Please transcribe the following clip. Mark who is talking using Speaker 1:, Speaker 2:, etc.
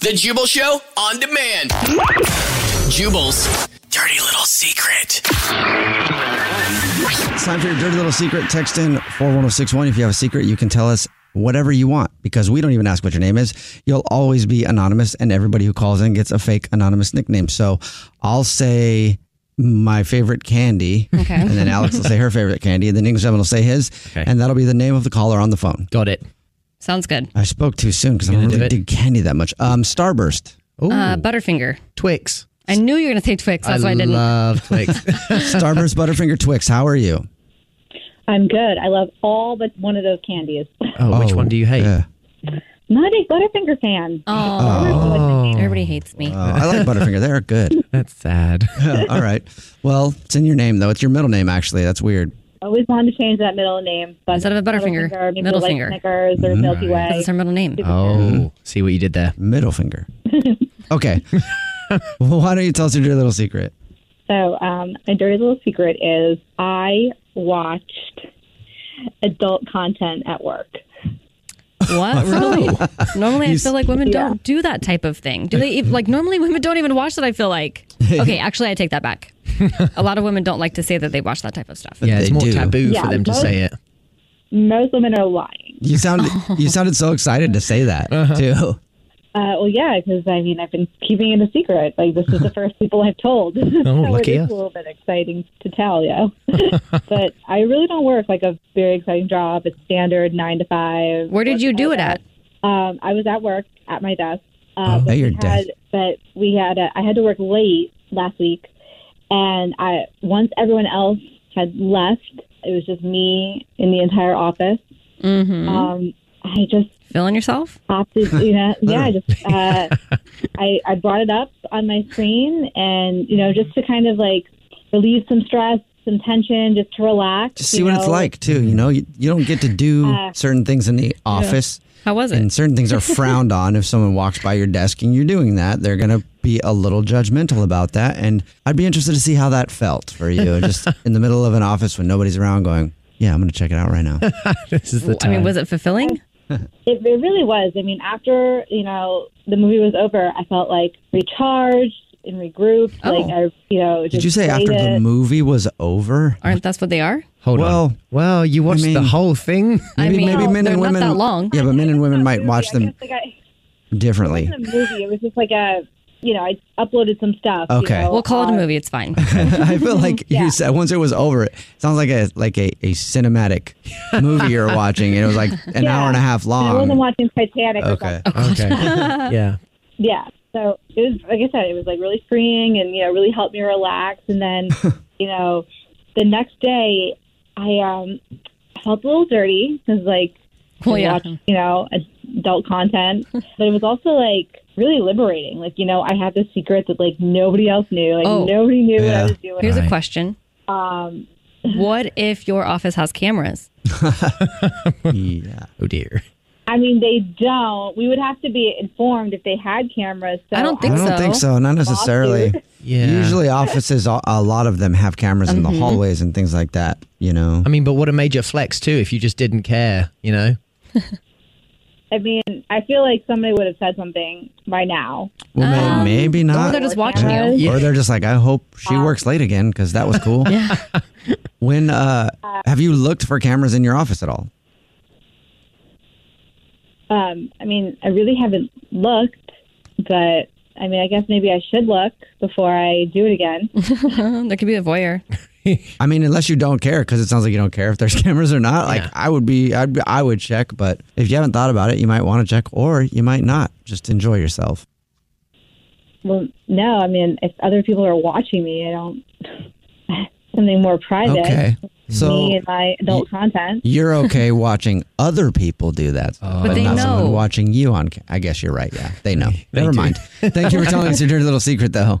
Speaker 1: The Jubal Show on demand. Jubal's dirty little secret.
Speaker 2: It's time for your dirty little secret. Text in 41061. If you have a secret, you can tell us whatever you want because we don't even ask what your name is. You'll always be anonymous, and everybody who calls in gets a fake anonymous nickname. So I'll say my favorite candy.
Speaker 3: Okay.
Speaker 2: And then Alex will say her favorite candy, and then Englishman will say his. And that'll be the name of the caller on the phone.
Speaker 4: Got it.
Speaker 3: Sounds good.
Speaker 2: I spoke too soon because I
Speaker 4: Gonna
Speaker 2: don't
Speaker 4: do
Speaker 2: really
Speaker 4: it.
Speaker 2: dig candy that much. Um, Starburst.
Speaker 4: Ooh,
Speaker 3: Uh, Butterfinger.
Speaker 4: Twix.
Speaker 3: I knew you were going to say Twix. That's why I didn't.
Speaker 4: love Twix.
Speaker 2: Starburst, Butterfinger, Twix. How are you?
Speaker 5: I'm good. I love all but one of those candies.
Speaker 4: oh, which one do you hate?
Speaker 2: yeah.
Speaker 5: Not a Butterfinger fan.
Speaker 3: oh. Everybody hates me.
Speaker 2: Oh, I like Butterfinger. They're good.
Speaker 4: That's sad.
Speaker 2: Oh, All right. Well, it's in your name though. It's your middle name actually. That's weird.
Speaker 5: Always wanted to change that middle name. But
Speaker 3: Instead of a Butterfinger,
Speaker 5: maybe
Speaker 3: middle
Speaker 5: like
Speaker 3: finger. Mm-hmm.
Speaker 5: Snickers or Milky Way.
Speaker 3: That's her middle name.
Speaker 4: oh, see what you did there.
Speaker 2: Middle finger. Okay. well, why don't you tell us your dirty little secret?
Speaker 5: So, um, my dirty little secret is I watched adult content at work.
Speaker 3: What? Really? normally, I
Speaker 2: He's-
Speaker 3: feel like women
Speaker 5: Yeah.
Speaker 3: don't do that type of thing. Do they? ev- Like, normally women don't even watch that, I feel like. Okay, actually, I take that back. a lot of women don't like to say that they watch that type of stuff.
Speaker 4: Yeah,
Speaker 2: they
Speaker 4: it's more
Speaker 2: do.
Speaker 4: taboo
Speaker 5: Yeah,
Speaker 4: for them to
Speaker 5: most-
Speaker 4: say it.
Speaker 5: Most women are lying.
Speaker 2: You sounded you sounded so excited to say that too.
Speaker 5: Uh, well, yeah, because I mean, I've been keeping it a secret. Like, this is the first people I've told. so
Speaker 4: Oh, lucky
Speaker 5: it is
Speaker 4: us.
Speaker 5: a little bit exciting to tell, yeah. but I really don't work like a very exciting job. It's standard nine to five.
Speaker 3: Where did you do it at?
Speaker 5: Um, I was at work at my desk.
Speaker 4: Oh,
Speaker 5: Uh, but
Speaker 2: at your
Speaker 5: we had-
Speaker 2: desk.
Speaker 5: But we had a, I had to work late last week, and I once everyone else had left, it was just me in the entire office.
Speaker 3: Mm-hmm.
Speaker 5: Um, I just
Speaker 3: Feeling yourself?
Speaker 5: opted, you know, yeah, I just uh, I I brought it up on my screen, and you know, just to kind of like relieve some stress, some tension, just to relax.
Speaker 2: Just see
Speaker 5: you
Speaker 2: what it's
Speaker 5: know.
Speaker 2: like too. You know, you, you don't get to do
Speaker 5: Uh,
Speaker 2: certain things in the office,
Speaker 3: How was
Speaker 2: and
Speaker 3: it?
Speaker 2: certain things are frowned on. If someone walks by your desk and you're doing that, they're gonna be a little judgmental about that. And I'd be interested to see how that felt for you, just in the middle of an office when nobody's around, going, "Yeah, I'm gonna check it out right now."
Speaker 4: This is the
Speaker 3: I
Speaker 4: time.
Speaker 3: mean, was it fulfilling?
Speaker 5: It, it really was. I mean, after you know the movie was over, I felt like recharged and regrouped.
Speaker 3: Oh.
Speaker 5: Like I, you know,
Speaker 2: Did you say after the movie was over?
Speaker 3: Aren't that's what they are?
Speaker 4: Hold
Speaker 2: Well,
Speaker 4: on. Well, you watched
Speaker 2: mean-
Speaker 4: the whole thing.
Speaker 3: I mean, they're not that long.
Speaker 2: Yeah, but men and women might
Speaker 5: movie,
Speaker 2: watch
Speaker 5: I
Speaker 2: them
Speaker 5: guess, like I,
Speaker 2: differently.
Speaker 5: it wasn't a movie. It was just like a, you know, I uploaded some stuff. you
Speaker 2: Okay.
Speaker 5: know,
Speaker 3: We'll call it a
Speaker 5: uh,
Speaker 3: movie. It's fine.
Speaker 2: I feel like you said once it was over, it sounds like a like a, a cinematic movie you're watching, and it was like an
Speaker 5: Yeah.
Speaker 2: hour and a half
Speaker 5: And I wasn't
Speaker 2: long.
Speaker 5: watching Titanic. Or
Speaker 2: Okay.
Speaker 5: something.
Speaker 4: Okay. yeah.
Speaker 5: Yeah. So it was, like I said, it was like really freeing and, you know, really helped me relax. And then, you know, the next day I um, felt a little dirty because, like,
Speaker 3: Well,
Speaker 5: I
Speaker 3: yeah.
Speaker 5: watched, you know, adult content. but it was also, like, really liberating. Like, you know, I had this secret that, like, nobody else knew. Like,
Speaker 3: Oh.
Speaker 5: nobody knew what
Speaker 2: Yeah.
Speaker 5: I was doing.
Speaker 3: Here's a
Speaker 4: Right.
Speaker 3: question.
Speaker 5: Um,
Speaker 3: What if your office has cameras?
Speaker 2: Yeah.
Speaker 4: Oh dear.
Speaker 5: I mean, they don't. We would have to be informed if they had cameras. So
Speaker 3: I don't think
Speaker 2: I don't
Speaker 3: so.
Speaker 2: think so. Not necessarily.
Speaker 4: Yeah.
Speaker 2: Usually, offices, a a lot of them have cameras in the
Speaker 3: Mm-hmm.
Speaker 2: hallways and things like that. You know,
Speaker 4: I mean, but what a major flex too if you just didn't care, you know?
Speaker 5: I mean, I feel like somebody would have said something by now.
Speaker 2: well, may-
Speaker 3: Um,
Speaker 2: maybe not.
Speaker 3: they're just watching
Speaker 5: cameras.
Speaker 3: you.
Speaker 2: Or they're just like, I hope she works late again because that was cool. When uh, have you looked for cameras in your office at all?
Speaker 5: Um, I mean, I really haven't looked, but I mean, I guess maybe I should look before I do it again.
Speaker 3: there could be a voyeur.
Speaker 2: I mean, unless you don't care, because it sounds like you don't care if there's cameras or not. Like, I would be, I'd be, I would check. But if you haven't thought about it, you might want to check, or you might not. Just enjoy yourself.
Speaker 5: well, no, I mean, if other people are watching me, I don't. something more private.
Speaker 2: Okay, so
Speaker 5: me and my adult content.
Speaker 2: you're okay watching other people do that, but,
Speaker 3: they
Speaker 2: not
Speaker 3: know.
Speaker 2: someone watching you on. ca- I guess you're right. Yeah, they know. Never mind. Thank you for telling us your dirty little secret, though.